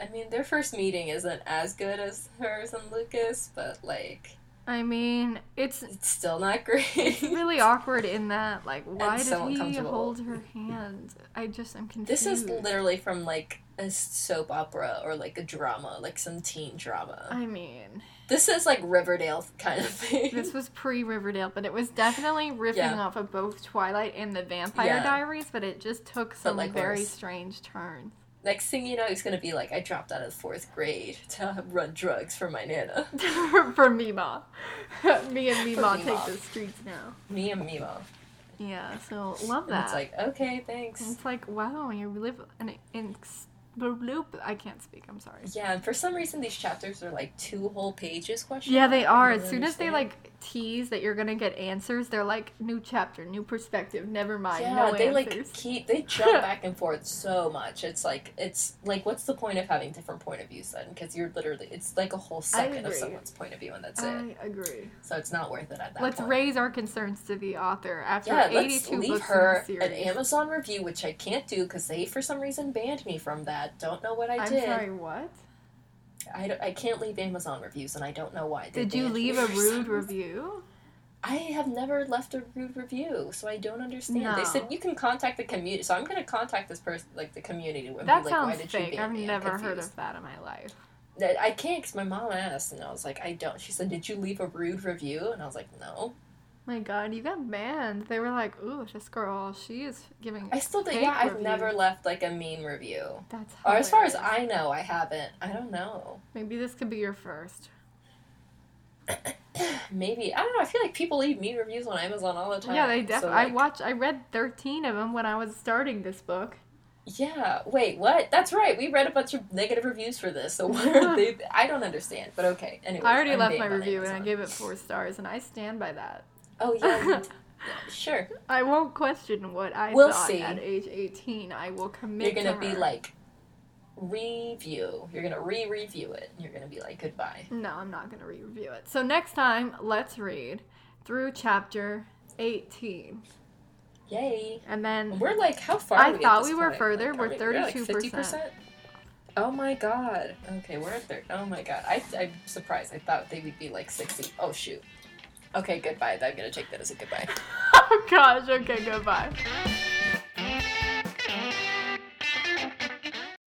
[SPEAKER 1] I mean, their first meeting isn't as good as hers and Lucas, but like,
[SPEAKER 2] I mean,
[SPEAKER 1] (laughs)
[SPEAKER 2] it's
[SPEAKER 1] it's still not great.
[SPEAKER 2] really awkward in that, like, why
[SPEAKER 1] so
[SPEAKER 2] did he
[SPEAKER 1] uncomfortable. (laughs)
[SPEAKER 2] hold her hand? I just am confused.
[SPEAKER 1] this is literally from like a soap opera or like a drama, like some teen drama.
[SPEAKER 2] I mean,
[SPEAKER 1] This is like Riverdale kind of thing.
[SPEAKER 2] this was pre Riverdale, but it was definitely riffing
[SPEAKER 1] Yeah.
[SPEAKER 2] off of both Twilight and the Vampire
[SPEAKER 1] Yeah.
[SPEAKER 2] Diaries, but it just took some
[SPEAKER 1] like,
[SPEAKER 2] very
[SPEAKER 1] worse.
[SPEAKER 2] strange turns.
[SPEAKER 1] (laughs) Next thing you know, he's gonna be like, I dropped out of fourth grade to (laughs) run drugs for my nana.
[SPEAKER 2] (laughs) for Mima. (laughs) Me and
[SPEAKER 1] For
[SPEAKER 2] Mima
[SPEAKER 1] Meemaw.
[SPEAKER 2] take the streets now.
[SPEAKER 1] Me and Mimo.
[SPEAKER 2] Yeah, so love
[SPEAKER 1] And
[SPEAKER 2] that.
[SPEAKER 1] it's like, okay, thanks.
[SPEAKER 2] It's like, wow, you live an in loop. I can't speak. I'm sorry.
[SPEAKER 1] Yeah, and for some reason, these chapters are like two whole pages. Question.
[SPEAKER 2] Yeah, they
[SPEAKER 1] mark, I
[SPEAKER 2] are.
[SPEAKER 1] don't
[SPEAKER 2] As soon as they
[SPEAKER 1] understand.
[SPEAKER 2] like tease that you're gonna get answers, they're like new chapter, new perspective, never mind.
[SPEAKER 1] yeah,
[SPEAKER 2] no
[SPEAKER 1] they
[SPEAKER 2] answers. (laughs)
[SPEAKER 1] like keep they jump back and forth so much. It's like it's like what's the point of having different point of views then? Because you're literally it's like a whole second of
[SPEAKER 2] agree.
[SPEAKER 1] someone's point of view and that's it.
[SPEAKER 2] I agree.
[SPEAKER 1] So it's not worth it at that
[SPEAKER 2] Let's
[SPEAKER 1] point.
[SPEAKER 2] raise our concerns to the author after
[SPEAKER 1] yeah,
[SPEAKER 2] 82
[SPEAKER 1] let's
[SPEAKER 2] books
[SPEAKER 1] leave
[SPEAKER 2] in
[SPEAKER 1] her
[SPEAKER 2] the
[SPEAKER 1] an
[SPEAKER 2] series.
[SPEAKER 1] Amazon review, which I can't do because they, for some reason, banned me from that. Don't know what I
[SPEAKER 2] I'm
[SPEAKER 1] did.
[SPEAKER 2] sorry, what?
[SPEAKER 1] I, don't- I can't leave Amazon reviews, and I don't know why. they
[SPEAKER 2] Did you
[SPEAKER 1] banned me
[SPEAKER 2] leave
[SPEAKER 1] (laughs)
[SPEAKER 2] a
[SPEAKER 1] for some
[SPEAKER 2] rude
[SPEAKER 1] reason.
[SPEAKER 2] review?
[SPEAKER 1] I have never left a rude review, so I don't understand.
[SPEAKER 2] No.
[SPEAKER 1] They said you can contact the community, so I'm going to contact this person, like the community, would be
[SPEAKER 2] That
[SPEAKER 1] like, why
[SPEAKER 2] sounds
[SPEAKER 1] did you
[SPEAKER 2] fake.
[SPEAKER 1] ban
[SPEAKER 2] I've
[SPEAKER 1] me? I'm
[SPEAKER 2] never heard
[SPEAKER 1] confused."
[SPEAKER 2] of that in my life.
[SPEAKER 1] That- I can't because my mom asked, and I was like, I don't. She said, Did you leave a rude review? And I was like, No.
[SPEAKER 2] My God, you got banned. They were like, "Ooh, this girl, she is giving."
[SPEAKER 1] I still think,
[SPEAKER 2] Fake
[SPEAKER 1] yeah, I've
[SPEAKER 2] review. Oh
[SPEAKER 1] never left like a mean review.
[SPEAKER 2] That's
[SPEAKER 1] Or as far as
[SPEAKER 2] hilarious.
[SPEAKER 1] I know, I haven't. I don't know. (clears throat)
[SPEAKER 2] maybe this could be your first.
[SPEAKER 1] Maybe I don't know. I feel like people leave mean reviews on Amazon all the time.
[SPEAKER 2] Yeah, they
[SPEAKER 1] So,
[SPEAKER 2] definitely. I
[SPEAKER 1] like,
[SPEAKER 2] watched. I read thirteen of them when I was starting this book.
[SPEAKER 1] Yeah. Wait. What? That's right. We read a bunch of negative reviews for this. So (laughs) what are they? I don't understand. But okay. Anyway,
[SPEAKER 2] I already left my review and I gave it four stars, and I stand by that.
[SPEAKER 1] Oh (laughs) yeah.
[SPEAKER 2] (laughs)
[SPEAKER 1] you did. Yeah, sure.
[SPEAKER 2] I won't question what I
[SPEAKER 1] We'll
[SPEAKER 2] thought
[SPEAKER 1] see.
[SPEAKER 2] at age eighteen. I will
[SPEAKER 1] You're
[SPEAKER 2] commit.
[SPEAKER 1] gonna
[SPEAKER 2] to
[SPEAKER 1] be
[SPEAKER 2] her.
[SPEAKER 1] like review. You're gonna re-review it. and You're gonna be like goodbye.
[SPEAKER 2] No, I'm not gonna re-review it. So next time, let's read through chapter eighteen,
[SPEAKER 1] Yay.
[SPEAKER 2] and (laughs) then
[SPEAKER 1] We're like how far?
[SPEAKER 2] Mm-hmm. I
[SPEAKER 1] are we at
[SPEAKER 2] thought
[SPEAKER 1] this
[SPEAKER 2] we were
[SPEAKER 1] point?
[SPEAKER 2] further.
[SPEAKER 1] Like,
[SPEAKER 2] We're
[SPEAKER 1] are we- like
[SPEAKER 2] 32%.
[SPEAKER 1] 50%? Oh my god. Okay, we're at third. Oh my god. I, I'm surprised. I thought they would be like 60. Oh shoot. Okay, goodbye. I'm gonna take that as a goodbye.
[SPEAKER 2] oh gosh, okay, goodbye.